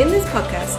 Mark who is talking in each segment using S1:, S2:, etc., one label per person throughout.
S1: In this podcast,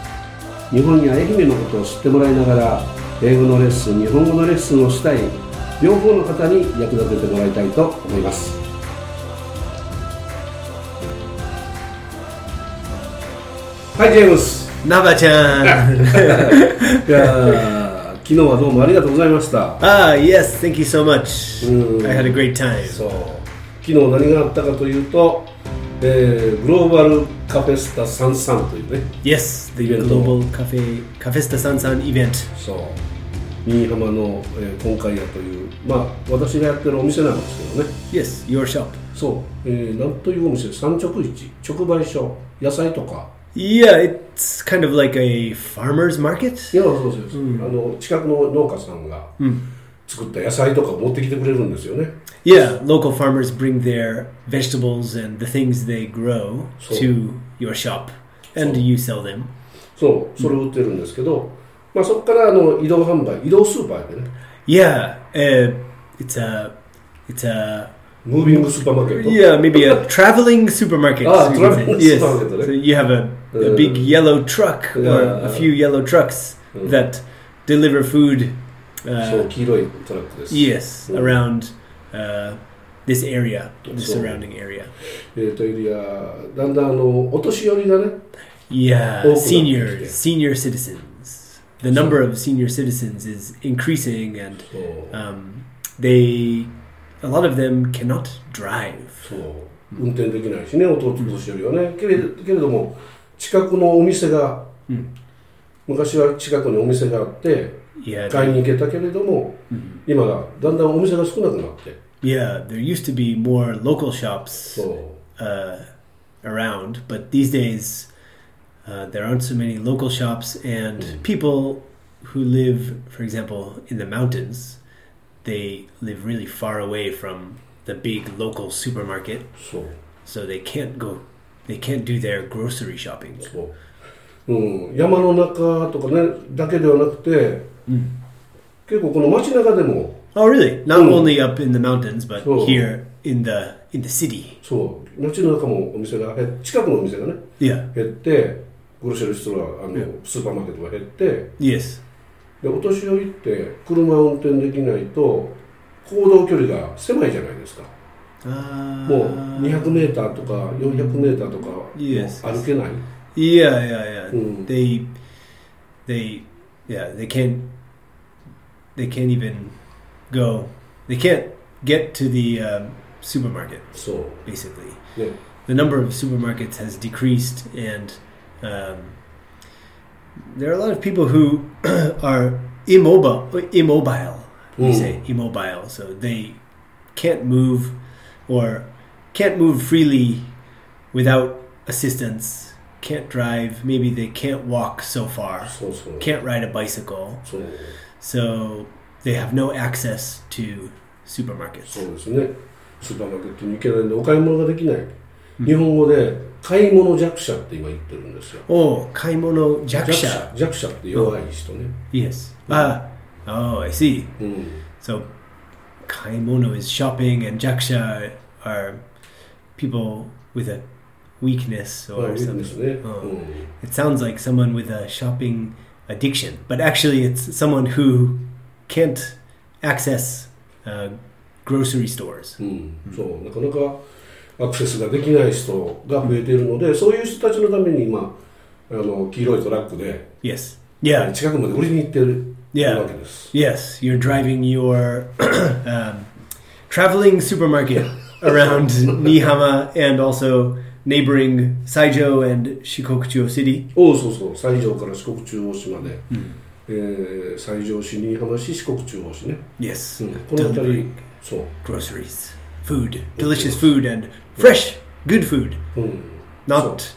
S2: 日本や愛媛のことを知ってもらいながら英語のレッスン日本語のレッスンをしたい両方の方に役立ててもらいたいと思いますはいジェームス
S3: ナバちゃん
S2: いやー昨日はどうもありがとうございました
S3: ああ、Yes, Ah, thank you so much.
S2: うん
S3: I had a great time.
S2: そう昨日何があったかというと、えーグローバルカフェスタ33というね
S3: Yes, the
S2: イベント
S3: Global Cafe, Cafesta Sansan event.
S2: そう新居浜の、えー今回屋というまあ私がやってるお店なんですけどね
S3: Yes, your shop.
S2: そう、えーなんというお店三直市直売所野菜とか
S3: Yeah, it's kind of like a farmer's market.
S2: いやそうそうそう、あの近くの農家さんが作った野菜とか持ってきてくれるんですよね
S3: Yeah, local farmers bring their vegetables and the things they grow
S2: So-
S3: to your shop and you sell them.
S2: そうそれを売ってるんですけど、まあそこからあの移動販売移動スーパーでね
S3: Yeah, uh, it's a it's a
S2: ムービングスーパーマーケット
S3: yeah maybe a traveling supermarket.
S2: Ah,
S3: you could
S2: traveling
S3: say. yes.
S2: supermarket, right?
S3: So you have a, a
S2: Uh,
S3: big yellow truck or
S2: yeah, Mm.
S3: a few yellow trucks that deliver food.
S2: そ
S3: Uh,
S2: う黄色いトラックです、
S3: yes,
S2: Mm.
S3: around uh, this area, the
S2: So-
S3: surrounding area.
S2: えー、とエリアだんだんあのお年寄りがね
S3: Yeah,
S2: Open up,
S3: senior
S2: yeah.
S3: senior citizens. The number of senior citizens is increasing, and
S2: そう
S3: um, they a lot of them cannot drive.
S2: そう運転できないしねお父年寄りはねけれけれども近くのお店が、
S3: うん
S2: 昔は近くにお店があって
S3: Yeah,
S2: 買いに行けたけれども
S3: mhm.
S2: 今だんだんお店が少なくなって
S3: yeah. There used to be more local shops
S2: そう
S3: uh, around, but these days uh, there aren't so many local shops, and
S2: Mm.
S3: people who live, for example, in the mountains, they live really far away from the big local supermarket,
S2: そう
S3: so they can't go, they can't do their grocery shopping.
S2: そう、うん、山の中とかねだけではなくて
S3: Mm.
S2: 結構この街中でも
S3: Oh, really? Not
S2: Mm.
S3: only up in the mountains, but
S2: Oh.
S3: here in the in the city.
S2: そう街の中もお店が減っ近くのお店がね
S3: Yeah.
S2: 減ってグロシェルストラあの、
S3: え
S2: スーパーマーケットが減って
S3: Yes.
S2: でお年寄りって車を運転できないと行動距離が狭いじゃないですか
S3: Uh,
S2: もう 200m とか 400m とかもう
S3: Yes.
S2: 歩けない、
S3: Uh, Yeah, yeah, yeah.
S2: Mm.
S3: They, they, yeah, they can't. They can't even go. They can't get to the um, supermarket.
S2: そ
S3: Basically,
S2: うね
S3: the number of supermarkets has decreased, and um, there are a lot of people who are immobile. Immobile, you
S2: Mm.
S3: say immobile, so they can't move or can't move freely without assistance, can't drive, maybe they can't walk so far,
S2: そうそう
S3: can't ride a bicycle,
S2: そう
S3: so they have no access to
S2: そ
S3: supermarkets.
S2: うですねスーパーマーケットに行けないんでお買い物ができない、日本語で買い物弱者って今言ってるんですよ
S3: Oh, kaimono jaksha.
S2: 弱者って弱い人ね
S3: Yes. Ah, oh, I see.
S2: うん
S3: So kaimono is shopping and jaksha are people with a weakness
S2: まあ
S3: or
S2: いいですね、
S3: something.
S2: う
S3: Oh.
S2: ん
S3: It sounds like someone with a shopping addiction, but actually, it's someone who can't access uh, grocery stores.
S2: うん、そうなかなかアクセスができない人が増えているので、そういう人たちのために今あの黄色いトラックで
S3: Yes. Yeah.
S2: 近くまで売りに行ってる
S3: Yeah.
S2: わけです。
S3: Yes. You're driving your um, traveling supermarket around Nihama and also neighboring Saijo and Shikokucho City.
S2: おうそうそう西条から四国中央市まで、えー西条市新居浜市四国中央市ね、
S3: Yes.
S2: うんこの辺り
S3: Delivering
S2: そう、
S3: groceries, food, delicious food, and fresh, good food,
S2: うん、
S3: not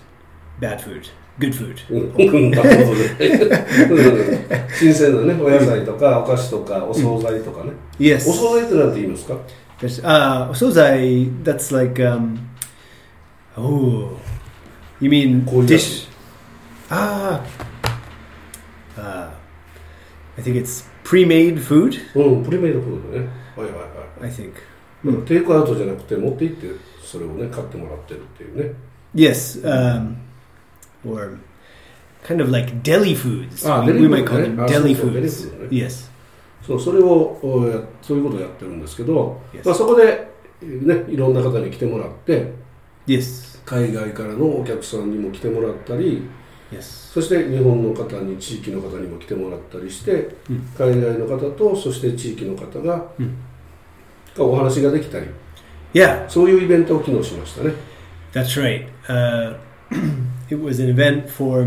S3: bad food. good food.
S2: うん、なるほどねうん新鮮なねお野菜とかお菓子とかお惣菜とかね、
S3: Yes.
S2: お惣菜ってなんて言いますか
S3: There's, uh, osozai, that's like, um, oh, you mean
S2: Konjaku.
S3: dish? Ah, uh, I think it's pre-made food.
S2: うんプリメイドフードねはいはいはい
S3: I think
S2: うんテイクアウトじゃなくて持って行ってそれをね買ってもらってるっていうね
S3: yes, um, or kind of like deli foods.
S2: Ah,
S3: we,
S2: deli
S3: we
S2: food,
S3: might call
S2: eh?
S3: them
S2: Ah,
S3: deli
S2: so-called deli
S3: foods.
S2: food, eh?
S3: Yes,
S2: そうそれをおやそういうことをやってるんですけど、
S3: Yes.
S2: まあ、そこで、えーね、いろんな方に来てもらって
S3: yes,
S2: 海外からのお客さんにも来てもらったり
S3: yes,
S2: そして日本の方に地域の方にも来てもらったりして、
S3: うん
S2: 海外の方とそして地域の方が、
S3: うん
S2: がお話ができたり
S3: yeah.
S2: そういうイベントを機能しましたね
S3: That's right. Uh, it was an event for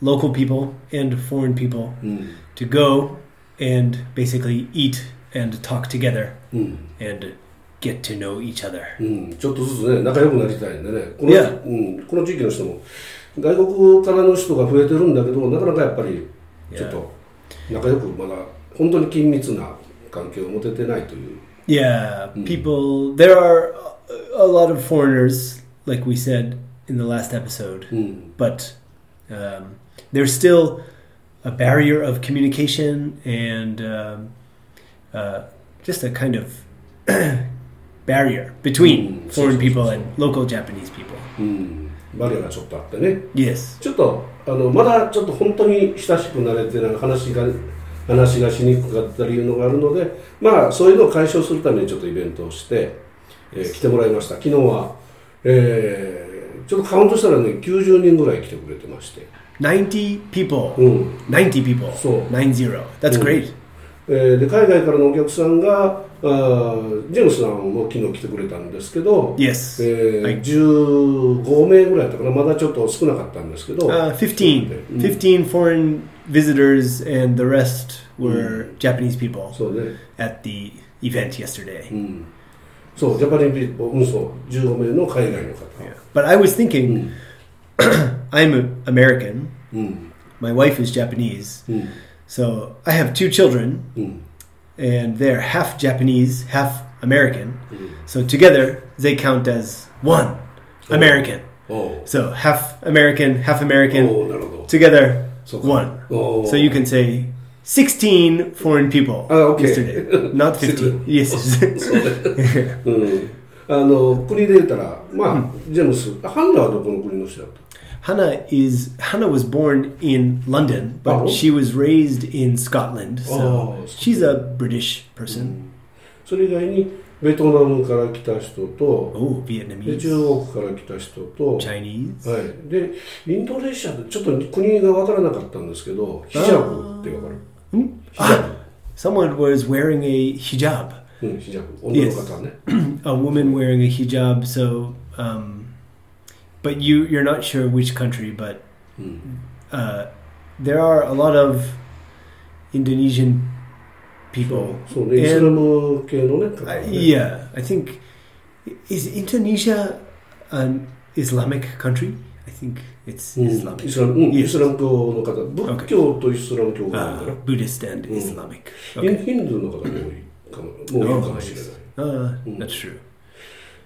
S3: local people and foreign people
S2: うん、
S3: to go and basically eat and talk together
S2: うん、
S3: and get to know each other.
S2: うん、ちょっとずつね仲良くなりたいんでねこの,、
S3: Yeah.
S2: うん、この地域の人も外国からの人が増えてるんだけどなかなかやっぱりちょっと仲良くまだ本当に緊密な関係を持ててないという
S3: Yeah, people. There are a- a lot of foreigners, like we said in the last episode,
S2: うん、
S3: but um, there's still a barrier of communication and um, uh, just a kind of barrier between
S2: Mm, so-
S3: foreign
S2: so-
S3: people
S2: so-
S3: and local Japanese people.
S2: うん、バリアがちょっとあってね
S3: Yes.
S2: ちょっとあのまだちょっと本当に親しくなれてない話が話がしにくかったりいうのがあるのでまあそういうのを解消するためにちょっとイベントをして、えー来てもらいました昨日は、えーちょっとカウントしたらね90人ぐらい来てくれてまして、
S3: 90 people.
S2: うん
S3: 90 people.
S2: So-
S3: 90. That's
S2: Mm.
S3: great.
S2: えーで海外からのお客さんがあージェームスさんも昨日来てくれたんですけど、
S3: Yes.
S2: えー
S3: はい
S2: 15名ぐらいだったかなまだちょっと少なかったんですけど、
S3: Uh, 15.
S2: うん
S3: 15 foreign visitors, and the rest were Japanese people
S2: そうね
S3: at the event yesterday.
S2: うんそう、ジャパニーピーポー、うん、そう、15名の海外の方。
S3: Yeah. But I was
S2: う
S3: thinking,
S2: ん、
S3: I'm a- American.
S2: うん、
S3: My wife is Japanese.
S2: うん、
S3: So I have two children,
S2: うん、
S3: and they're half Japanese, half American. So together, they count as one American.
S2: おう
S3: So half American, half American.
S2: おうなるほど。
S3: together
S2: そうか
S3: one.
S2: おう
S3: So you can say 16 foreign people
S2: Ah, okay.
S3: yesterday, not 15. yes.
S2: うん。あの、国で言ったら、まあ、ジェームス、ハンナはどこの国の人だっ
S3: Hannah is Hannah was born in London, but
S2: Oh.
S3: she was raised in Scotland. So
S2: Oh,
S3: she's a British person.
S2: たそれ以外に、ベトナムから来た人と、
S3: Oh,
S2: で
S3: Vietnamese,
S2: 中国から来た人と、
S3: Chinese.
S2: はい。で、インドネシアで、ちょっと国が分からなかったんですけど、ヒジャブって分かる
S3: Hmm?
S2: ヒジャ
S3: Someone was wearing a hijab.
S2: ブ。うん、ヒジャブ。女の方ね。
S3: a woman wearing a hijab. So, um, but you you're not sure which country, but uh, there are a lot of Indonesian
S2: そう
S3: people.
S2: そうね、イスラム系のね、方
S3: I,
S2: ね
S3: Uh, yeah, I think is Indonesia an Islamic country? I think Hmm. it's
S2: うん
S3: Islamic.
S2: イスラム、うん、
S3: Yes.
S2: イスラム教の方、仏教とイスラム教がある
S3: Uh,
S2: から、
S3: Buddhist and
S2: Mm.
S3: Islamic.
S2: ヒン
S3: Okay.
S2: ヒンドゥーの方も多いかも、もういるかもしれない
S3: yes. Uh,
S2: Mm.
S3: That's true.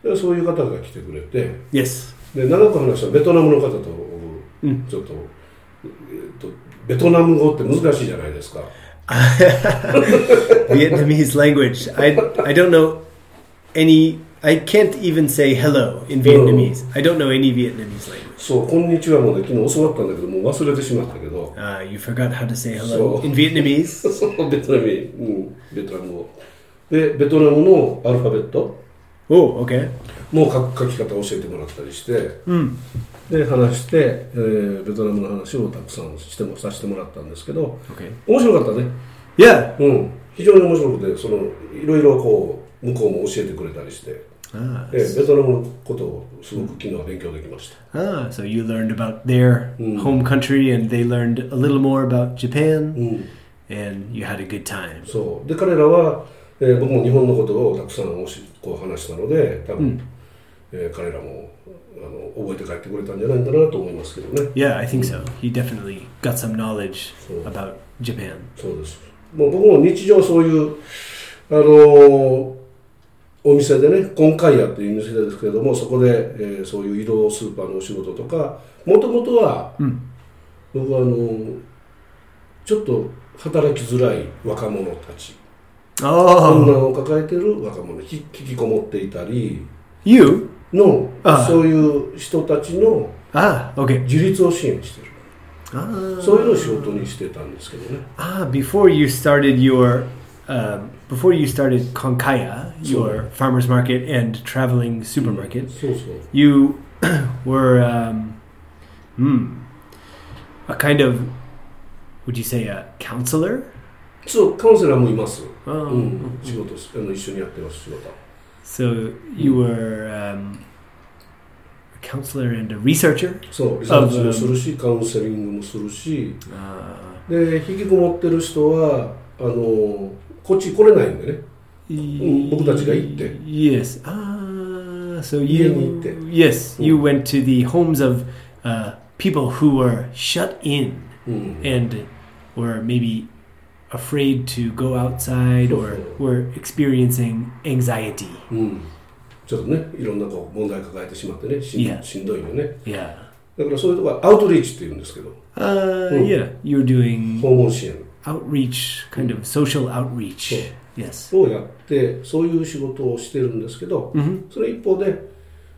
S2: で。そういう方が来てくれて、
S3: Yes.
S2: で長く話したベトナムの方と、
S3: うん
S2: ちょっと、えーっと、ベトナム語って難しいじゃないですか。
S3: Vietnamese language. I I don't know any. I can't even say hello in Vietnamese. I don't know any Vietnamese language.
S2: そう、こんにちはもね、昨日教わったんだけど、もう忘れてしまったけど、
S3: Uh, you forgot how to say hello
S2: So-
S3: in Vietnamese.
S2: そう ベトナム、うん、ベトナム語。で、ベトナムのアルファベット
S3: Oh, okay.
S2: の書書き方を教えてもらったりして、で話して、えーベトナムの話をたくさんしてもさせてもらったんですけど
S3: Okay.
S2: 面白かったね
S3: Yeah.
S2: うん非常に面白くてそのいろいろこう向こうも教えてくれたりして、
S3: Ah,
S2: えーベトナムのことをすごく昨日は勉強できました
S3: ah, so you learned about their home country, and they learned a little more about Japan,
S2: うん
S3: and you had a good time.
S2: そうで彼らは、えー僕も日本のことをたくさんおしこう話したので多分、ええー彼らもあの覚えて帰ってくれたんじゃないかなと思いますけどね
S3: Yeah, I think so. He definitely got some knowledge
S2: Cool.
S3: about Japan.
S2: そうですもう僕も日常そういうあのーお店でね今回屋っていう店ですけれどもそこで、えーそういう移動スーパーのお仕事とかもともとは、僕はあのーちょっと働きづらい若者たち困
S3: Oh,
S2: 難を抱えてる若者ひ引きこもっていたり
S3: you?
S2: の
S3: ああ
S2: そういう人たちの
S3: Ah, okay.
S2: 自立を支援してる
S3: Ah,
S2: そういうのを仕事にしてたんですけどね
S3: ah before you started your, um, before you started Konkaya, your farmers market and traveling supermarket,
S2: そうそう
S3: you were um, hmm, a kind of would you say a counselor
S2: そうカウンセラーもいます、
S3: oh.
S2: うん、仕事すあの一緒にやってます仕事
S3: so
S2: Mm.
S3: you were um, a counselor and a researcher
S2: そうリサーチ
S3: あ
S2: もするしカウンセリングもするし
S3: uh,
S2: で引きこもってる人はあのこっち来れないんでね
S3: y-
S2: 僕たちが行って。
S3: yes ah, so
S2: 家に行って。Mm.
S3: you yes
S2: うん。
S3: you went to the homes of uh, people who were shut in
S2: うん、
S3: and were maybe afraid to go outside or
S2: Mm.
S3: were experiencing anxiety.
S2: うん、ちょっとねいろんなこう問題抱えてしまってねし
S3: いや
S2: んしんどいよね
S3: Yeah.
S2: だからそういうとこはアウトリーチって言うんですけど
S3: Uh,
S2: Hmm.
S3: Yeah, you're doing
S2: 訪問支援
S3: outreach, kind of social outreach.
S2: Sure.
S3: Yes.
S2: をやってそういう仕事をしてるんですけど、
S3: Mhm.
S2: その一方で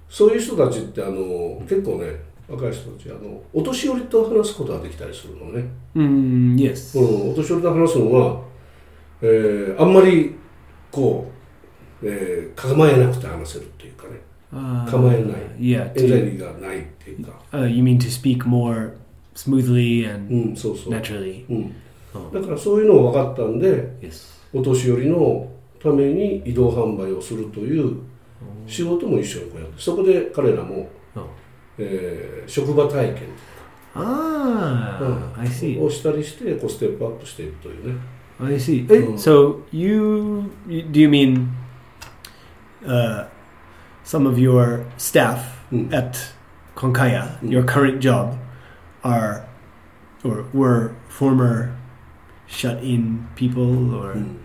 S2: そういう人たちってあの結構ね若い人たちあのお年寄りと話すことができたりするのね、
S3: Mm, yes.
S2: うん、お年寄りと話すのは、えーあんまりこう、えー構えなくて話せるっていうかね
S3: Uh,
S2: 構えない
S3: yeah.
S2: エンザイリ
S3: To,
S2: ーがないっていうか、
S3: uh, you mean to speak more smoothly
S2: う
S3: and
S2: ん、そうそう、
S3: naturally?
S2: うん、
S3: Oh,
S2: だからそういうのを分かったんで
S3: yes.
S2: お年寄りのために移動販売をするという仕事も一緒にこうやってそこで彼らも
S3: Oh.
S2: えー職場体験
S3: Ah,
S2: Hmm.
S3: I see.
S2: をしたりしてこうステップアップしていくというね
S3: I see.
S2: Mm.
S3: So you, you do you mean uh, some of your staff
S2: Mm.
S3: at Konkaya,
S2: Mm.
S3: your current job, are or were former shut-in people or
S2: うん、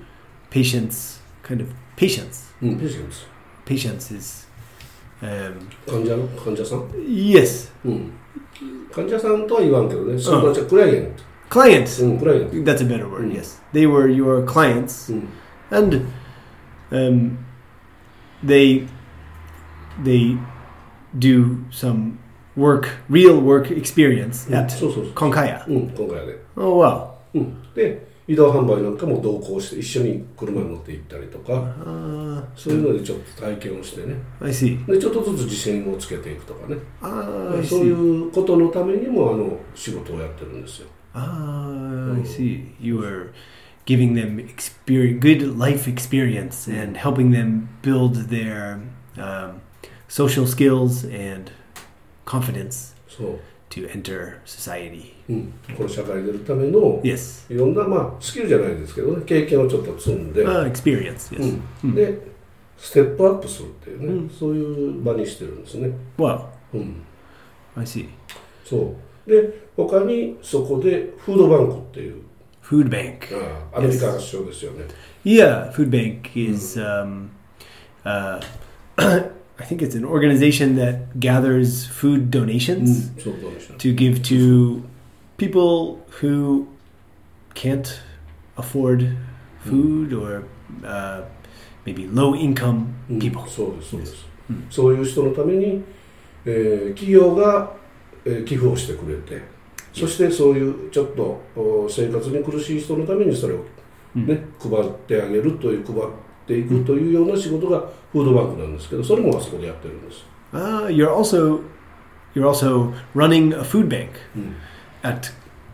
S3: patients? Kind of patients.
S2: うん、ビジネス
S3: Patients is um,
S2: 患者の患者さん、
S3: yes,
S2: うん、患者さんとは言わんけどね相談者クライアン
S3: clients.
S2: ト、うん、クライアント、
S3: That's a better word.
S2: Mm.
S3: Yes, they were your clients.
S2: うん
S3: and um, they they do some work, real work experience
S2: うん、
S3: at
S2: そうそうそう、
S3: Konkaya.
S2: うん、今回はね、
S3: Oh wow!
S2: うん、で移動販売なんかも同行して一緒に車に乗って行ったりとか
S3: Uh,
S2: そういうのでちょっと体験をしてね
S3: I see.
S2: でちょっとずつ自信をつけていくとかね
S3: Ah, I
S2: そう
S3: see.
S2: いうことのためにもあの仕事をやってるんですよ
S3: Ah, I see. You were giving them experience, good life experience and helping them build their um, social skills and confidence
S2: そう、
S3: to enter society.
S2: うん、この社会に出るための
S3: Yes.
S2: いろんな、まあ、スキルじゃないですけどね経験をちょっと積んで、
S3: Uh, experience. Yes.
S2: うん、でステップアップするっていうね、
S3: うん
S2: そういう場にしてるんですね、
S3: Wow.
S2: うん、
S3: I see.
S2: そうで他にそこでフードバンクっていう
S3: Food bank.
S2: ああアメリカ発祥ですよね、
S3: Yeah, food bank is. Um, uh, I think it's an organization that gathers food
S2: うん
S3: donations
S2: そうどうでした
S3: to give to people who can't afford food or uh, maybe low income
S2: うん
S3: people.
S2: そうですそうです、
S3: うん
S2: そういう人のために、えー企業が、えー寄付をしてくれてそしてそういうちょっとお生活に苦しい人のためにそれを、
S3: うん
S2: ね配ってあげるという配っていくというような仕事がフードバンクなんですけどそれもあそこでやってるんです、
S3: Ah, you're also you're also running a food bank
S2: うん、
S3: at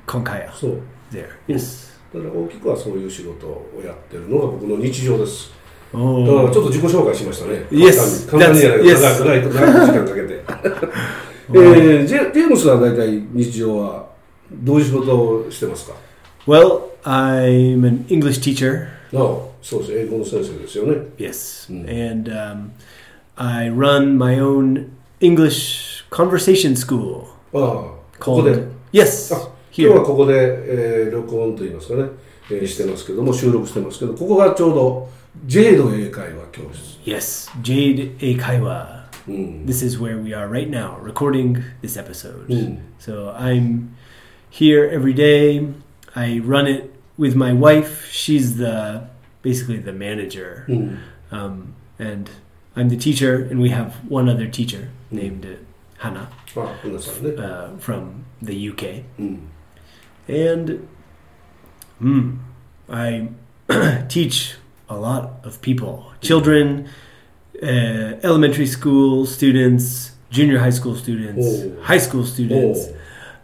S3: Konkaya
S2: そう
S3: there.
S2: Mm.
S3: Yes.
S2: だから大きくはそういう仕事をやってるのが僕の日常ですだ
S3: Oh.
S2: からちょっと自己紹介しましたね
S3: Yes.
S2: 簡単に簡単にやない
S3: That's-
S2: 長い長い長い時間 かけてえー、ジェジェームスは大体日常はどういう仕事をしてますか
S3: Well, I'm an English teacher.
S2: ああそうです英語の先生ですよね
S3: Yes,
S2: Mm.
S3: and um, I run my own English conversation school
S2: ああここで
S3: Yes
S2: あ今
S3: here.
S2: 日はここで、えー録音といいますかね、えーしてますけども収録してますけどここがちょうど J の英会話教室
S3: Yes, Jade Eikaiwa.
S2: うん、
S3: This is where we are right now, recording this episode.
S2: Mm.
S3: So I'm here every day. I run it with my wife. She's the basically the manager,
S2: うん、
S3: um, and I'm the teacher. And we have one other teacher
S2: Mm.
S3: named uh, Hannah
S2: あ皆さんね、
S3: uh, from the UK.
S2: うん、
S3: And mm, I teach a lot of people children, uh, elementary school students, junior high school students,
S2: Oh.
S3: high school
S2: おう
S3: students,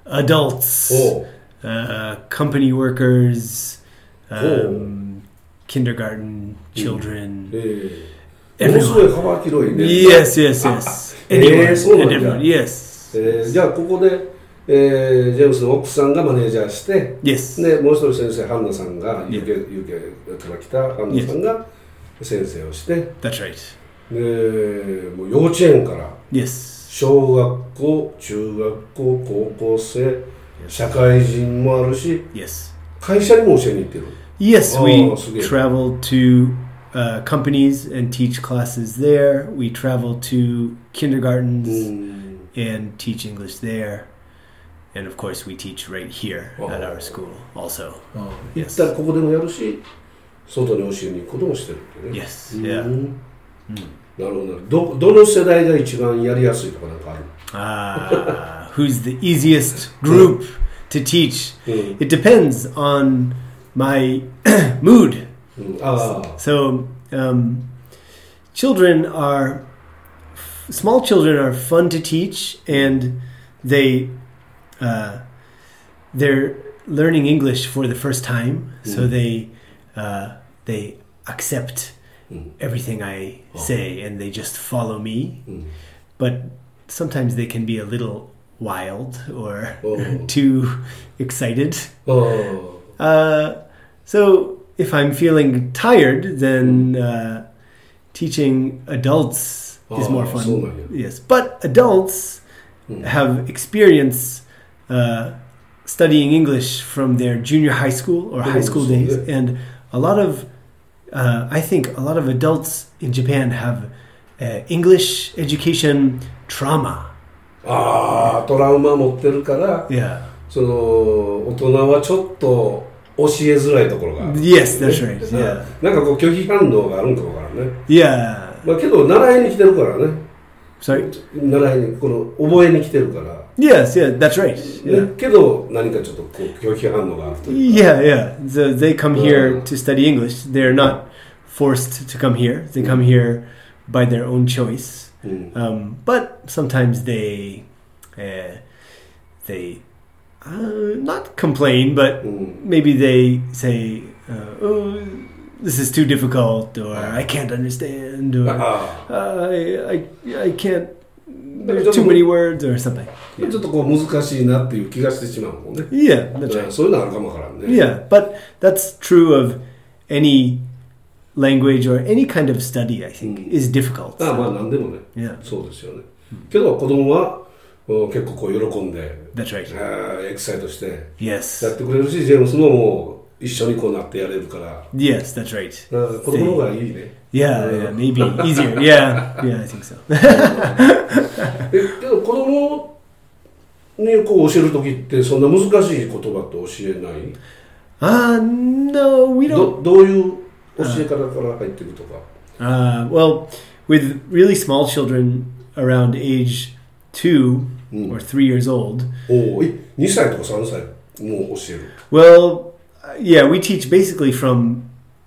S3: adults,
S2: おう
S3: uh, company workers,
S2: Oh.
S3: um, kindergarten
S2: Hmm.
S3: children,
S2: ええものす
S3: everyone.
S2: ごい幅広いね
S3: Yes, yes, yes.
S2: uh, Ah, ah. Eh, so Uh,
S3: Anyone, and
S2: like
S3: everyone.
S2: that.
S3: Yes.
S2: えーじゃあここで、えージェームスの奥さんがマネージャーして
S3: Yes.
S2: でもう一人先生ハンナさんが
S3: Yeah.
S2: UK, UK から来たハンナさんが先生をして、
S3: That's right.
S2: でもう幼稚園から
S3: Yes.
S2: 小学校中学校高校生社会人もあるし
S3: Yes.
S2: 会社にも教えに行ってる
S3: Yes,
S2: Oh, so
S3: we
S2: good.
S3: travel to uh, companies and teach classes there. We travel to kindergartens
S2: Mm. うん、
S3: and teach English there. And of course, we teach right here
S2: Oh.
S3: at our school also.
S2: 行ったらここでもやるし外に教えに行くこともしてるってね
S3: Yes,
S2: うん
S3: yeah. Mm.
S2: なるほどどどの世代が一番やりやすいとかなんかある
S3: Ah, who's the easiest group to teach?
S2: うん
S3: It depends on my mood.
S2: うん、ああ
S3: So, um, children are small children are fun to teach, and they uh, they're learning English for the first time, so
S2: Mm.
S3: they uh, they accept
S2: Mm.
S3: everything I
S2: Oh.
S3: say, and they just follow me.
S2: うん
S3: But sometimes they can be a little wild or
S2: Oh.
S3: too excited.
S2: ああ
S3: Uh, so if I'm feeling tired,
S2: Mm.
S3: then uh, teaching adults is more
S2: Oh,
S3: fun.
S2: so many.
S3: Yes, but adults
S2: Mm.
S3: have experience uh, studying English from their junior high school or high
S2: Oh,
S3: school
S2: so
S3: days,
S2: good.
S3: and a lot of uh, I think a lot of adults in Japan have uh, English education trauma.
S2: ああトラウマ持ってるから
S3: Yeah.
S2: その大人はちょっと教えづらいところがある
S3: Yes, that's right.
S2: ね
S3: Yeah.
S2: なんかこう拒否反応があるんかわからんね、
S3: Yeah.
S2: まあ、けど習いに来てるからね
S3: Sorry.
S2: 習いにこの覚えに来てるから、
S3: Yes. Yeah. That's right. Yeah.
S2: ね、けど何かちょっとこう拒否反応があるというか
S3: Yeah, yeah. So they come
S2: Uh.
S3: here to study English. They're not forced to come here. They come here by their own choice.
S2: うん、
S3: Um, but sometimes they, uh, they, uh, not complain, but
S2: うん、
S3: maybe they say, uh, "Oh, this is too difficult," or "I can't understand,"
S2: あ
S3: or uh,
S2: あ
S3: "I, I, I can't."
S2: you
S3: There's
S2: don't-
S3: too many words, or something.
S2: ちょっとこう難しいなっていう気がしてしまうもんね
S3: Yeah, that's
S2: うんそういうのあるかもわからんね
S3: Yeah, but that's true of any language or any kind of study. I think
S2: Mm.
S3: is difficult.
S2: ああまあ何でもね
S3: Yeah,
S2: そうですよねけど子供はうん結構こう喜んで
S3: that's right.
S2: ああエキサイトしてや
S3: Yes,
S2: ってくれるしジェームスももう一緒にこうなってやれるから
S3: yes, that's right.
S2: なんか子供の方がいいね
S3: Yeah, yeah, maybe easier. Yeah, yeah, I think so.
S2: えけど子供にこう教える時ってそんな難しい言葉って教えない
S3: Ah, no, we
S2: ど
S3: don't.
S2: どういう教え方から入っていくとか
S3: Uh, well, with really small children around age two
S2: Mm.
S3: or three years old,
S2: おおえ2歳とか3歳もう教える
S3: well, uh, yeah, we teach basically from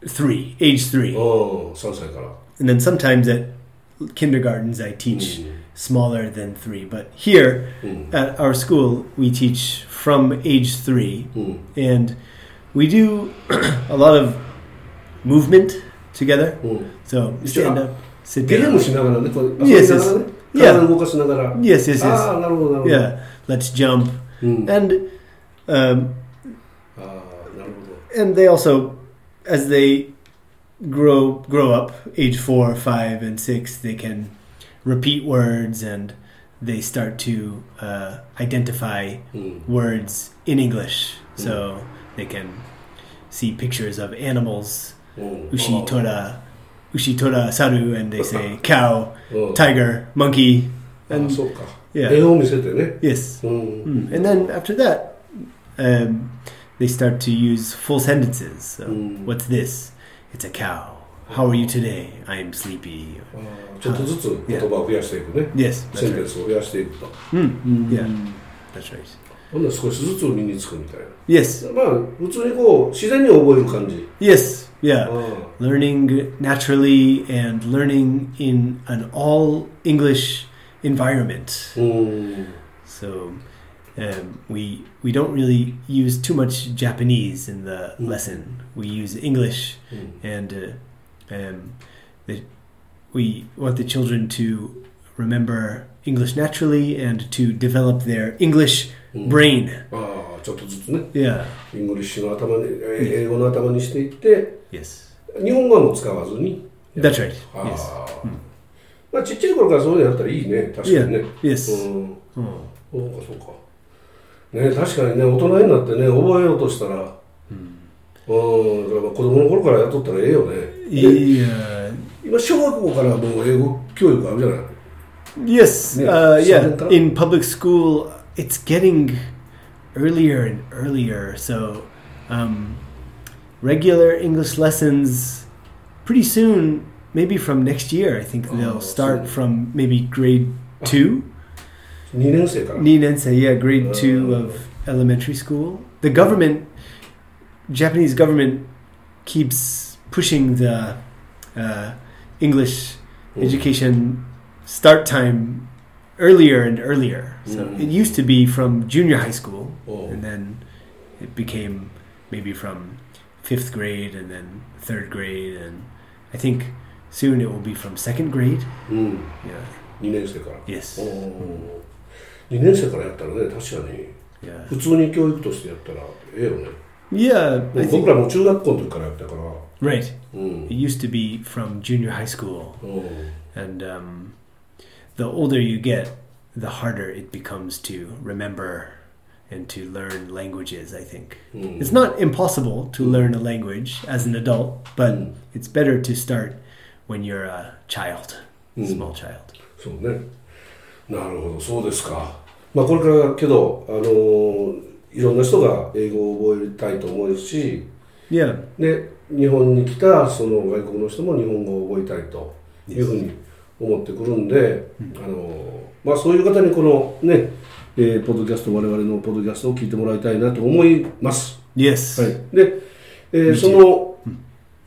S3: three, age three.
S2: ああ3歳から
S3: And then sometimes at kindergartens I teach smaller than three. But here
S2: うん
S3: at our school, we teach from age three.
S2: うん
S3: And we do a lot of movement together.
S2: うん
S3: So
S2: Yeah.
S3: stand up, sit
S2: ゲーム
S3: down.
S2: しながらねこう
S3: Yes,
S2: 遊びながらね
S3: yes.
S2: 体を動かしながら
S3: Yes, yes,
S2: あ
S3: yes.
S2: あなるほどなるほど
S3: Yeah, let's jump.
S2: うん
S3: And um,
S2: ああなるほど
S3: and they also, as they grow grow up, age four, five, and six, they can repeat words and they start to uh, identify
S2: うん、
S3: words in English. So they can see pictures of animals,
S2: うん、
S3: ushitora, ushitora saru, and they say cow,
S2: うん、
S3: tiger, monkey,
S2: あ
S3: and
S2: そうか
S3: yeah,
S2: 絵を見せてね、
S3: yes.
S2: うん
S3: Mm. And then after that, um, they start to use full sentences. So,
S2: Mm.
S3: What's this? It's a cow. How are you today? I am sleepy.
S2: あーちょっとずつ言葉を増やしていくね
S3: Yes,
S2: セ
S3: that's
S2: ンテン
S3: right.
S2: スを増やしていくと
S3: Mm. Yeah, that's right.
S2: ほんなら少しずつ身につくみたいな
S3: Yes,
S2: まあ普通にこう自然に覚える感じ
S3: yes, yeah.
S2: あ
S3: learning naturally and learning in an all English environment.
S2: あうん
S3: So um, we we don't really use too much Japanese in the
S2: Mm.
S3: lesson. We use English,
S2: うん
S3: and uh, um, the, we want the children to remember English naturally and to develop their English
S2: うん
S3: brain.
S2: ああちょっとずつね
S3: Yeah.
S2: イングリッシュの頭にえ英語の頭にしていって
S3: Yes.
S2: 日本語はもう使わずに
S3: That's right.
S2: あ
S3: Ah,
S2: あ
S3: Yes.
S2: まあちっちゃい頃からそうやったらいいね確かにね
S3: Yes.
S2: うん
S3: Oh.
S2: そうかそうかね確かにね大人になってね覚えようとしたらうんだからまあ子供の頃からやっとったらええよねで
S3: Yeah.
S2: 今小学校からもう英語教育あるじゃない
S3: Yes,
S2: Yeah,
S3: uh, yeah.
S2: Salenta.
S3: In public school, it's getting earlier and earlier. So, um, regular English lessons pretty soon, maybe from next year, I think
S2: Oh,
S3: they'll
S2: so-
S3: start from maybe grade two.
S2: 2年生から、
S3: Ninense, yeah, grade two
S2: Oh.
S3: of elementary school. The government, Japanese government, keeps pushing the uh, English education start time earlier and earlier. So
S2: Mm.
S3: it used to be from junior high school,
S2: おう
S3: and then it became maybe from fifth grade, and then third grade, and I think soon it will be from second grade.
S2: うん、
S3: Yeah.
S2: 2年生から、
S3: Yes.
S2: おう2年生からやったらね確かに
S3: Yeah.
S2: 普通に教育としてやったらええよね
S3: Yeah. I
S2: 僕
S3: think
S2: らも中学校の時からやったから
S3: right.
S2: う
S3: It
S2: ん
S3: used to be from junior high school,
S2: うん
S3: and um, the older you get, the harder it becomes to remember and to learn languages, I think.
S2: うん
S3: It's not impossible to learn a language as an adult, but
S2: Mm.
S3: it's better to start when you're a child,
S2: Mm.
S3: small child.
S2: そうねなるほどそうですかまあこれからけどあのーいろんな人が英語を覚えたいと思うし
S3: Yeah.
S2: で日本に来たその外国の人も日本語を覚えたいというふうに思ってくるんで、あのまあ、そういう方にこのね、えーポッドキャスト我々のポッドキャストを聞いてもらいたいなと思います、
S3: Yes.
S2: はい、で、えーその、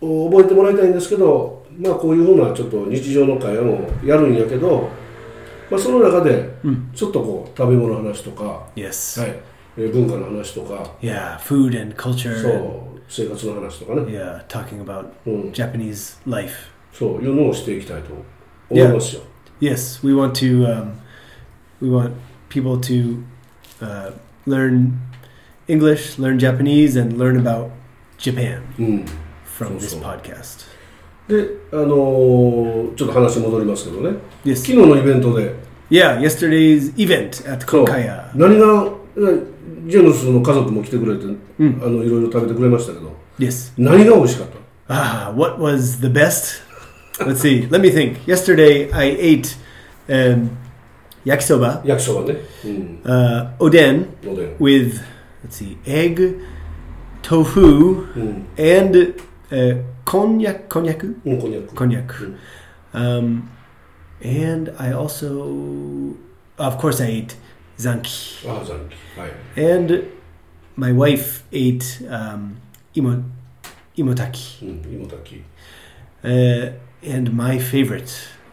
S2: お覚えてもらいたいんですけど、まあ、こういうふうなちょっと日常の会話もやるんやけど、まあ、その中でちょっとこう食べ物の話とか、は
S3: Yes.
S2: いえー文化の話とか
S3: Yeah. Food and culture.
S2: そう生活の話とかね
S3: and- yeah. Talking about
S2: うん、
S3: Japanese life.
S2: そういうのをしていきたいと思いますよ。
S3: Yes. We want to. Um, we want people to uh, learn English, learn Japanese, and learn about Japan
S2: うん、で、
S3: from
S2: So,
S3: this
S2: so.
S3: podcast.
S2: あのーちょっと話戻りますけどね、
S3: Yes.
S2: 昨日のイベントで、
S3: Yeah. Yesterday's event at
S2: そう
S3: Kokaya.
S2: 何が、えジェームスの家族も来てくれて、
S3: うん
S2: あのいろいろ食べてくれましたけど、
S3: Hmm. Yes.
S2: 何が美味しかった
S3: Ah, what was the best? Let's see. Let me think. Yesterday I ate um, yakisoba,
S2: 焼きそばね、うん、
S3: uh, oden
S2: おでん、
S3: with let's see, egg, tofu,
S2: うん、
S3: and uh, konyak, konyaku,
S2: うんこんにゃく、
S3: konyak. Um, and I also, of course, I ate zanki,
S2: ああ、ざんき、はい、
S3: and my wife ate um, imo, imotaki.
S2: うん、芋炊き、
S3: Uh, and my favorite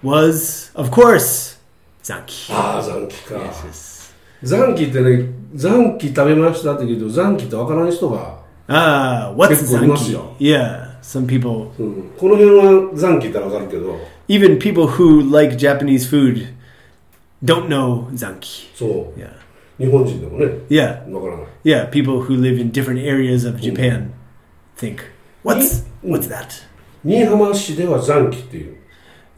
S3: was, of course, Zanki.
S2: ああ、ざんきか、
S3: Yes, yes.
S2: ざんきってね、ざんき食べましたって言うと、ざんきってわからん人が、
S3: Ah, what's
S2: Yes,
S3: Zanki?
S2: Ignacio.
S3: Yeah, some people,
S2: うん、この辺はざんきってわかるけど、
S3: even people who like Japanese food, don't know Zanki.
S2: そう、
S3: Yeah,
S2: 日本人でもね、
S3: yeah,
S2: わからない。
S3: yeah. People who live in different areas of Japan think, what's
S2: Mm.
S3: what's that?
S2: 新居浜市では残機っていう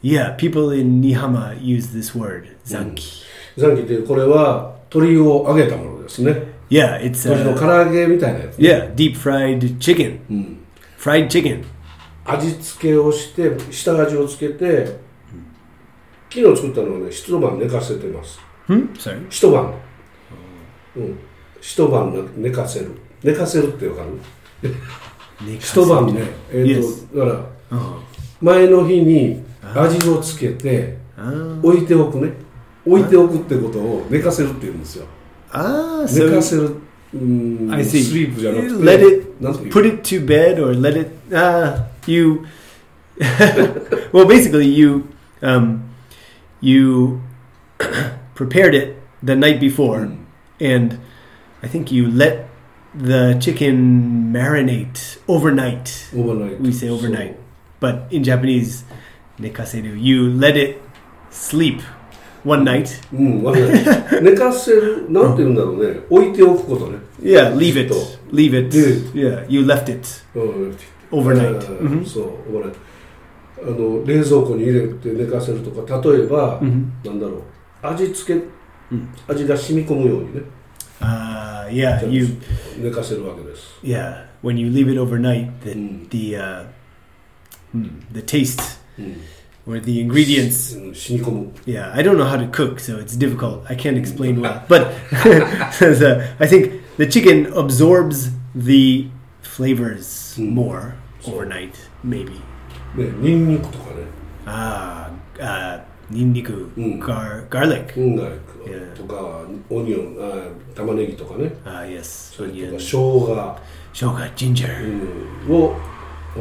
S3: Yeah, people in Nihama use this word, zanki.
S2: ザンギというこれは鶏を揚げたものですね
S3: Yeah, it's
S2: 鶏の唐
S3: uh,
S2: 揚げみたいなやつ、
S3: yeah, deep fried chicken. Mm. Fried chicken.
S2: 味付けをして下味をつけて昨日作ったのはね一晩寝かせてます
S3: Hmm? Sorry.
S2: 一晩うん一晩寝かせる寝かせるってわかる
S3: Nikasa.
S2: 一晩ねえっ、と、だから
S3: Oh.
S2: 前の日に味をつけて
S3: Ah.
S2: 置いておくね置いておくってことを寝かせるって言うんですよ
S3: ah,
S2: 寝
S3: so
S2: かせるうーん
S3: I see.
S2: スリープじゃなくて
S3: You let it-
S2: なんていう
S3: put it to bed or let it uh, you well basically you um, you prepared it the night before and i think you let the chicken marinate overnight
S2: オーバーナイト
S3: we say overnight but in japanese nekaseru you let it sleep one night
S2: そううんわかんない寝かせるなんて言うんだろうね置いておくことね
S3: yeah leave it leave it
S2: Leave
S3: yeah you left it
S2: うん
S3: overnight
S2: あー
S3: Mhm.
S2: そうオーバーナイトあの冷蔵庫に入れて寝かせるとか例えば、
S3: Mhm.
S2: なんだろう味付け、
S3: うん
S2: 味が染み込むようにね
S3: uh, yeah you
S2: 寝かせるわけです、
S3: Yeah, when you leave it overnight, the
S2: Mm.
S3: the uh, mm, the taste
S2: うん、
S3: or the ingredients.
S2: うん染み込む
S3: Yeah, I don't know how to cook, so it's difficult. I can't explain well, but the, I think the chicken absorbs the flavors
S2: Mm.
S3: more
S2: So-
S3: overnight, maybe.
S2: ねニンニクとかね
S3: Ah, uh, ninniku,
S2: Mm.
S3: gar- garlic.
S2: うんが
S3: や
S2: とかオニオンあ玉ねぎとかね
S3: Ah, yes,
S2: それとか
S3: onion,
S2: 生姜
S3: shoga, ginger.
S2: うんをう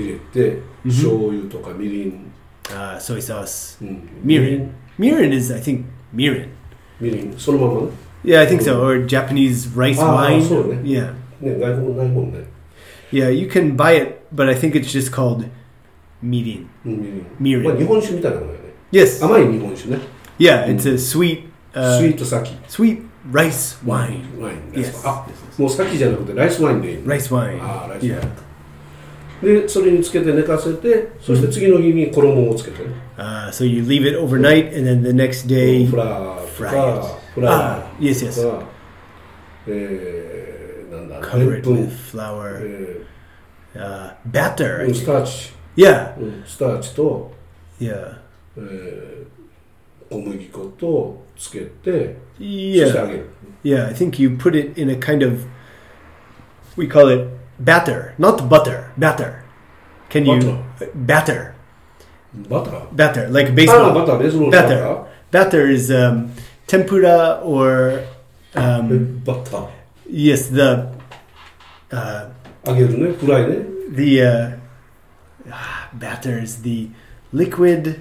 S2: ん入れて醤油とかみりん
S3: Ah, soy sauce,
S2: うんみり
S3: mirin.
S2: ん
S3: Mirin is, I think, mirin.
S2: みりんそのままね
S3: Yeah, I think so. Or Japanese rice
S2: Ah,
S3: wine.
S2: absolutely.
S3: Yeah,
S2: ね外国ないもんね
S3: yeah. You can buy it, but I think it's just called mirin.
S2: うんみ
S3: み
S2: り
S3: り
S2: ん
S3: ん
S2: まあ日本酒みたいなもんやね
S3: Yes.
S2: 甘い日本酒ね
S3: Yeah, it's a sweet,
S2: ス
S3: uh,
S2: イー
S3: Um, sweet,
S2: トサキ
S3: rice wine.
S2: ワインライ
S3: Yes. Ah,
S2: スあもうサキじゃなくてライスワインでいいの
S3: Rice wine.
S2: ああライスワイン
S3: yeah.
S2: でそれにつけて寝かせてそして次の日に衣をつけてね
S3: Uh, so you leave it overnight, and then the next
S2: フ
S3: day.
S2: ラーと
S3: fry
S2: か
S3: it.
S2: フラー
S3: Ah, yes, yes.
S2: は、えー、なんだ、
S3: Cover
S2: でん
S3: it
S2: ぷん
S3: with、flour,
S2: え
S3: uh,
S2: ー
S3: batter. I
S2: ス
S3: think.
S2: ターチ、
S3: Yeah,
S2: うんスターチと、
S3: yeah,
S2: えー、小麦粉とつけて、そして
S3: yeah.
S2: 揚げる。
S3: Yeah, I think you put it in a kind of we call it batter, not butter, batter. Can you batter?
S2: バター
S3: Batter, like
S2: あ
S3: baseball.
S2: あ、バター、ベースボールバター
S3: Batter. Batter is um, tempura or um,
S2: えバタ
S3: yes, the uh,
S2: ー。揚げるね、フライね。
S3: the uh, ah, batter is the liquid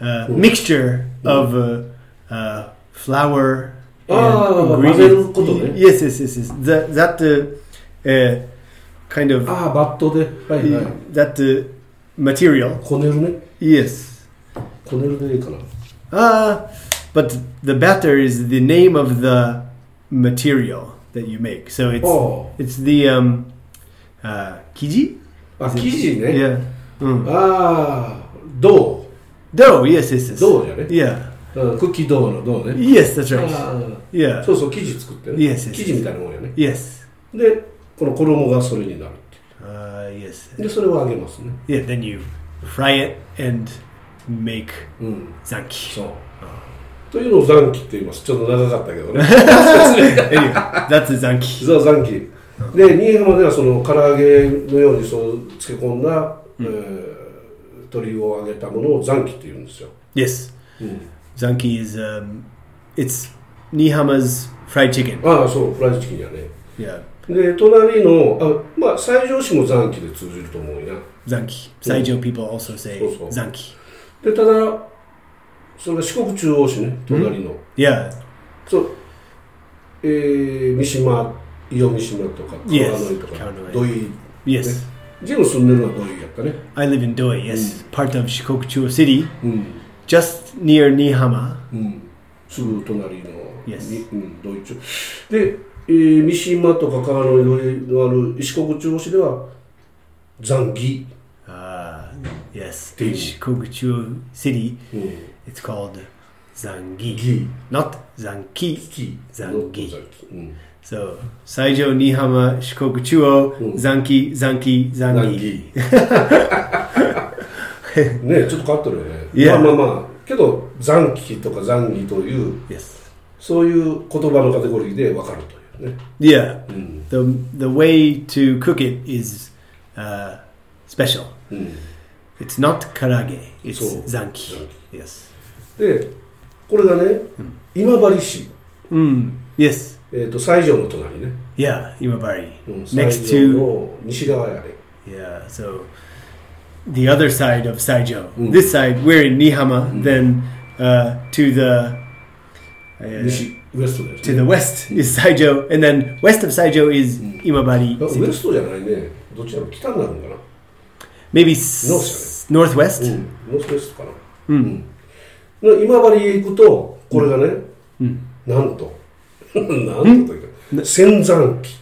S3: uh, mixture of uh, uh, flour. and
S2: Ah,
S3: ingredients.
S2: 混ぜることね。
S3: Yes, yes, yes, yes. That that uh, uh, kind of
S2: ああ、バットで、はいはい。
S3: that uh, material.
S2: こねるね。
S3: Yes.
S2: こねるでいいかな。
S3: Uh, but the batter is the name of the material that you make. So it's
S2: あ
S3: it's the um, uh, kiji.
S2: あ、あ生地ね。
S3: Yeah. Mm.
S2: ああ、銅。
S3: Dough. Yes, yes, yes.
S2: 銅じゃね。
S3: Yeah.
S2: うん、クッキー銅の銅ね。
S3: Yes, that's right.
S2: ああ
S3: yeah.
S2: そうそう、生地作ってね。
S3: Yes, yes,
S2: 生地みたいなもんやね。
S3: yes.
S2: で、この衣がそれになるってい
S3: Uh, yes.
S2: うで、それを揚げますね。
S3: Yeah. Then you fry it and make
S2: うん、
S3: zanki.
S2: そう。というのを残機って言います。ちょっと長かったけどね。
S3: Anyway, that's a zanki.
S2: 実は残機。で、新居浜ではその唐揚げのようにそう漬け込んだ、えー鶏を揚げたものを残機って言うんですよ。
S3: Yes,
S2: うん、
S3: zanki is um, it's Nihama's fried chicken.
S2: ああ、そう、フライドチキンやね。
S3: Yeah.
S2: で、隣の、あまあ、西条市も残機で通じると思うや。
S3: Zanki. Saijo people also say
S2: So, so.
S3: Zanki.
S2: で、ただ、それが四国中央市ね、隣の。
S3: Yeah.
S2: そう、えー、三島、伊予三島とか、
S3: Yes
S2: 川の井とか
S3: 川の、井
S2: 土井、
S3: Yes.
S2: ジム住んでるのは土井やったね。
S3: I live in Doi, yes. Part of Shikokuchuo City,
S2: うん。
S3: just near Nihama.
S2: うん。すぐ隣の、
S3: Yes
S2: にうん、土井町。で、えー、三島とか川の井のある四国中央市では、残儀。
S3: Uh, Yes,
S2: Damn.
S3: in Shikokucho City,
S2: うん
S3: it's called
S2: ギ
S3: Zangi,
S2: ー
S3: not Zanki.
S2: キ
S3: 残機
S2: うん、
S3: So, Saijo Nihama Shikokuchuo
S2: Mm.
S3: Zanki Zanki
S2: 残
S3: Zangi.
S2: 機 ねちょっと変わってるよね、
S3: いや
S2: まあまあまあけど残機とか残儀という
S3: Yes.
S2: そういう言葉のカテゴリーで分かるというね
S3: Yeah.
S2: うん
S3: The the way to cook it is uh, special.
S2: うん、
S3: It's not karage. It's
S2: So,
S3: zanki.
S2: zanki.
S3: Yes.
S2: でこれがね、今治市、
S3: Mm. Yes.
S2: えー、と西条の隣ね、
S3: Yeah. Imabari.
S2: うん、
S3: Next
S2: 西条
S3: to
S2: の西側やね
S3: yeah. So the other side of Saijo.
S2: Mm.
S3: This side we're in Nihama.
S2: Mm.
S3: Then uh, to the uh,
S2: 西ウエストだよね
S3: to the west is Saijo, and then west of Saijo is
S2: Mm.
S3: Imabari.
S2: あ
S3: city.
S2: ウエストじゃないねどっちだろう北になるのかな
S3: Maybe s- northwest.
S2: うんノースウエストかな
S3: Mm.
S2: の今治へ行くとこれがね、
S3: Mm.
S2: なんと なんとというか仙山期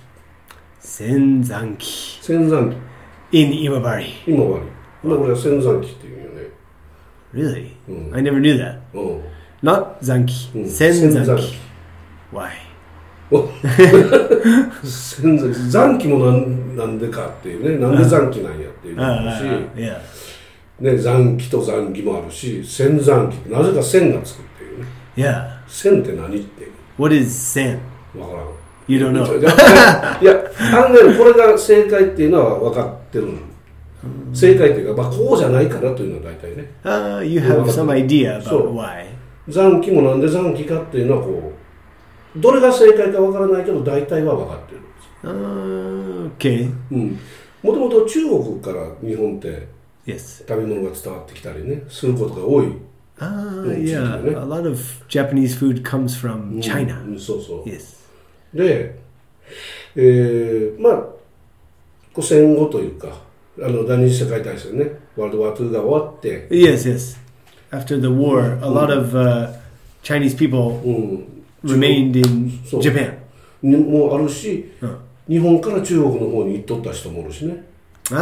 S3: Senzanki
S2: 仙山期
S3: in Imabari.
S2: 今治今これは仙山期っていうよね
S3: Really?
S2: Mm.
S3: I never knew that.
S2: うん
S3: Not Zanki.
S2: うん
S3: Sen
S2: 仙
S3: Zanki.
S2: 崎
S3: Why?
S2: 仙山期残期もなんなんでかっていうねなんで残期なんやっていう
S3: Uh,
S2: のもあ
S3: uh,
S2: るし、
S3: uh, yeah.
S2: ね、残機と残儀もあるし仙山期なぜか仙がつくっていうね
S3: Yeah.
S2: 仙って何っていう
S3: what is San?
S2: わからん
S3: You don't
S2: い
S3: know.
S2: や、いやあのね、これが正解っていうのは分かってるの。正解っていうか、まあ、こうじゃないかなというのは大体ね。
S3: Uh, you have some idea about
S2: So-
S3: why.
S2: 残機もなんで残機かっていうのはこう、どれが正解か分からないけど、大体は分かってるんです。
S3: Uh, okay.
S2: うん。もともと中国から日本って
S3: Yes.
S2: 食べ物が伝わってきたりね、することが多い。
S3: Ah,
S2: Mm,
S3: yeah.
S2: chicken, eh? Mm.
S3: A lot of Japanese food comes from
S2: う
S3: China.
S2: ん、そうそう。
S3: Yes.
S2: で、えーまあこう戦後というかあの第二次世界大戦ねワールドワー2が終わって、
S3: Yes, yes. After the war, a lot of uh, Chinese people
S2: うん、
S3: remained in
S2: So-
S3: Japan.
S2: にもあるし
S3: Huh.
S2: 日本から中国の方に行っとった人もおるしね
S3: Ah,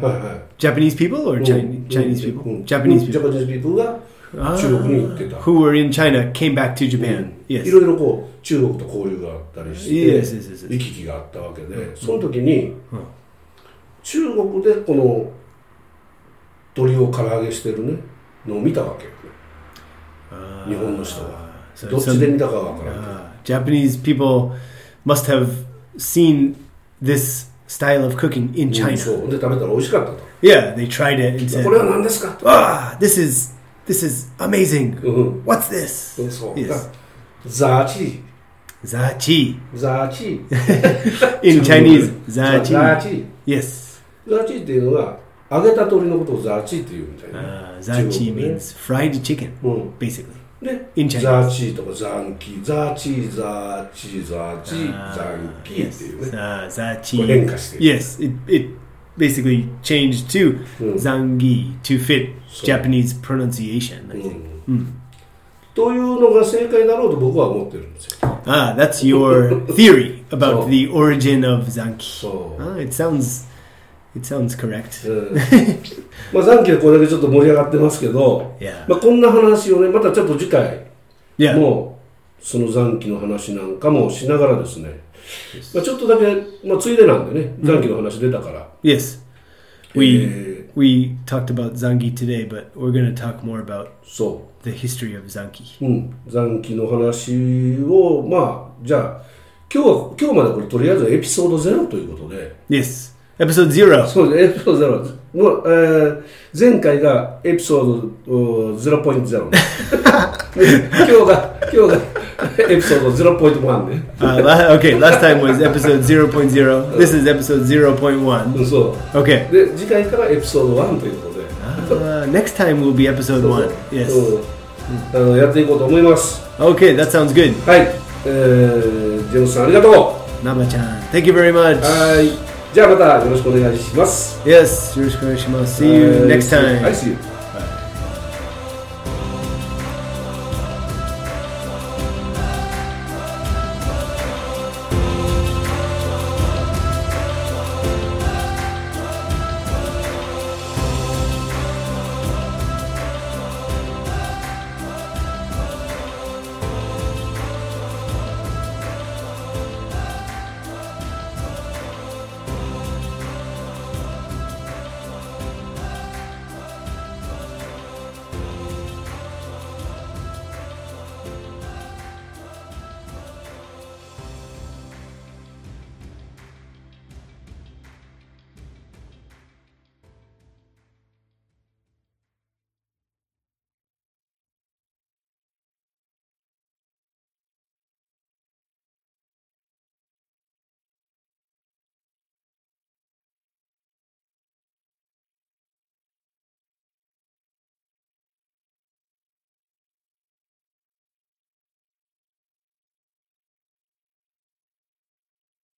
S2: はいはい
S3: Japanese people or
S2: うん
S3: Chin- Chinese
S2: う
S3: people?
S2: ん
S3: Japanese
S2: うん
S3: people.
S2: ジャパニーズピープルが
S3: Ah,
S2: 中国に行ってた、
S3: who were in China came back to
S2: う
S3: Japan.
S2: ん
S3: Yes.
S2: いろいろこう中国と交流があったりして
S3: Yes, yes, yes, yes.
S2: 行き来があったわけで、その時に、
S3: うん
S2: 中国でこの鳥を唐揚げしてるねのを見たわけよね
S3: Ah,
S2: 日本の人が
S3: so
S2: どっ
S3: some-
S2: ちで見たかわからんけど
S3: ah, Japanese people must have seen this style of cooking in
S2: うん
S3: China.
S2: そうで食べたら美味しかったと
S3: Yeah, they tried it and
S2: これは
S3: said,
S2: 何ですかと
S3: "Ah, this is this is amazing.
S2: うん、
S3: What's this?"
S2: そう、だ
S3: Hmm. Yes.
S2: ザーチ
S3: Zachi
S2: ーザーチー
S3: in Chinese.
S2: ザーチー
S3: Zachi. Yes.
S2: ザーチーっていうのは揚げた鳥のことをザーチーっていうみたいな、
S3: Uh,
S2: 中
S3: zachi
S2: 国ね
S3: means fried chicken,
S2: うん、
S3: basically.
S2: で
S3: In
S2: ザ
S3: Chinese.
S2: ーチーとかザンキーザーチーザーチーザーチーザ
S3: Uh,
S2: ンキーっ
S3: yes.
S2: ていうね
S3: Uh,
S2: こ
S3: zachi.
S2: う変化してる
S3: Yes, it, it basically changed to
S2: Mm.
S3: zangi to fit
S2: So-
S3: Japanese pronunciation. I
S2: う
S3: think.
S2: ん
S3: Mm.
S2: というのが正解だろうと僕は思ってるんですよ
S3: Ah, that's your theory
S2: Hmm.
S3: about
S2: So-
S3: the origin of zangi.
S2: そう
S3: Ah, it sounds, it sounds correct.
S2: うんまあ残機でこれだけちょっと盛り上がってますけど、
S3: Yeah,
S2: まあ、こんな話をねまたちょっと次回
S3: yeah.
S2: もうその残機の話なんかもしながらですね、まあ、ちょっとだけ、まあ、ついでなんでね残機の話出たから、
S3: Yes,
S2: え
S3: we
S2: ー
S3: we talked about zangi today, but we're gonna talk more about
S2: そ
S3: the history of
S2: う、
S3: zangi.
S2: うん、残機の話をまあじゃあ今日は今日までこれとりあえずエピソードゼロということで
S3: Yes, episode zero.
S2: そうですエピソードゼロもう、えー前回がエピソードおー0.0ね で今日が今日がエピソード0.1ね
S3: Uh, la- okay, last time was episode 0.0. This is episode 0.1.
S2: うんそう
S3: Okay.
S2: で次回からエピソード1ということで
S3: Uh, next time will be episode
S2: そう
S3: one.
S2: そう
S3: Yes.
S2: うんあのやっていこうと思います
S3: Okay, that sounds good.
S2: はい、えー、ジェームスさんありがとうは
S3: Nama-chan. Thank you very much.
S2: いじゃあまたよろしくお願いします
S3: Yes, yoroshiku onegaishimasu. See you next
S2: はい
S3: time.
S2: はい Uh, see you